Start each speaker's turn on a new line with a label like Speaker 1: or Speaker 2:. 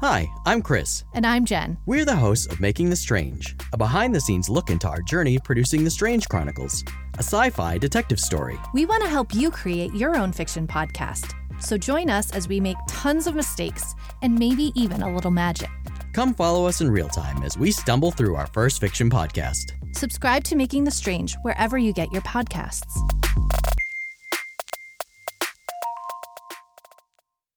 Speaker 1: Hi, I'm Chris.
Speaker 2: And I'm Jen.
Speaker 1: We're the hosts of Making the Strange, a behind the scenes look into our journey of producing The Strange Chronicles, a sci fi detective story.
Speaker 2: We want to help you create your own fiction podcast. So join us as we make tons of mistakes and maybe even a little magic.
Speaker 1: Come follow us in real time as we stumble through our first fiction podcast.
Speaker 2: Subscribe to Making the Strange wherever you get your podcasts.